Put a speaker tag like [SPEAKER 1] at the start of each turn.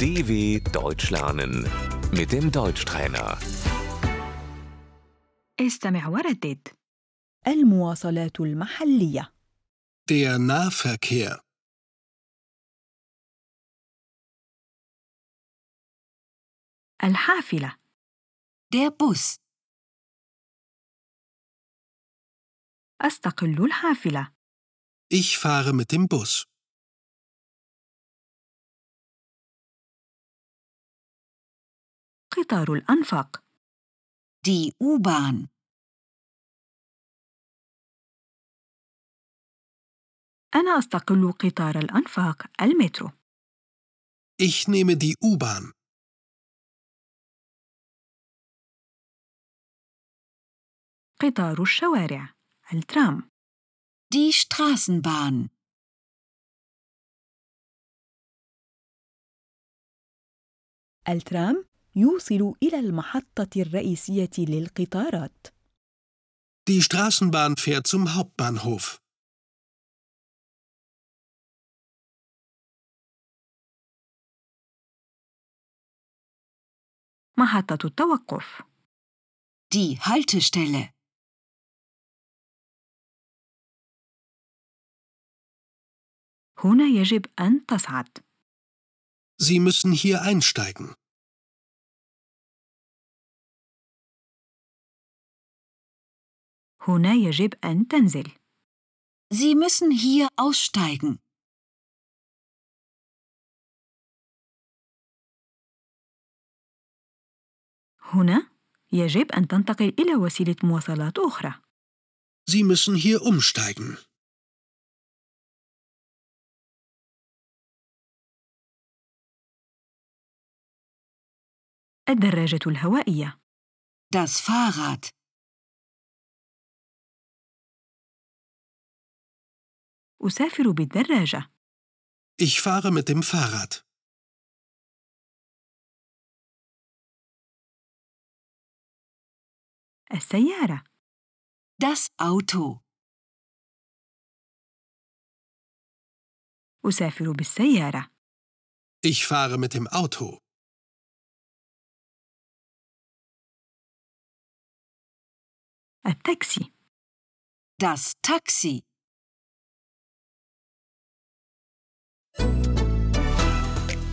[SPEAKER 1] DW Deutsch lernen mit dem Deutschtrainer.
[SPEAKER 2] استمع وردد
[SPEAKER 3] المواصلات المحلية
[SPEAKER 4] Der Nahverkehr.
[SPEAKER 2] الحافلة
[SPEAKER 5] Der Bus,
[SPEAKER 2] أستقل الحافلة
[SPEAKER 4] Ich fahre mit dem Bus.
[SPEAKER 2] قطار الأنفاق
[SPEAKER 5] die U-Bahn,
[SPEAKER 2] أنا أستقل قطار الأنفاق المترو
[SPEAKER 4] Ich nehme die U-Bahn.
[SPEAKER 2] قطار الشوارع الترام
[SPEAKER 5] die Straßenbahn,
[SPEAKER 3] الترام يوصل إلى المحطة الرئيسية للقطارات
[SPEAKER 4] Die Straßenbahn fährt zum Hauptbahnhof.
[SPEAKER 2] محطة التوقف
[SPEAKER 5] die Haltestelle.
[SPEAKER 2] هنا يجب أن تصعد
[SPEAKER 4] Sie müssen hier einsteigen.
[SPEAKER 2] هنا يجب أن تنزل
[SPEAKER 5] Sie müssen hier aussteigen.
[SPEAKER 2] هنا يجب أن تنتقل إلى وسيلة مواصلات أخرى
[SPEAKER 4] Sie müssen hier umsteigen.
[SPEAKER 2] الدراجة الهوائية
[SPEAKER 5] Das Fahrrad,
[SPEAKER 2] أسافر بالدراجة
[SPEAKER 4] Ich fahre mit dem Fahrrad.
[SPEAKER 2] السيارة
[SPEAKER 5] das Auto,
[SPEAKER 2] أسافر بالسيارة
[SPEAKER 4] Ich fahre mit dem Auto.
[SPEAKER 2] التاكسي
[SPEAKER 5] das Taxi.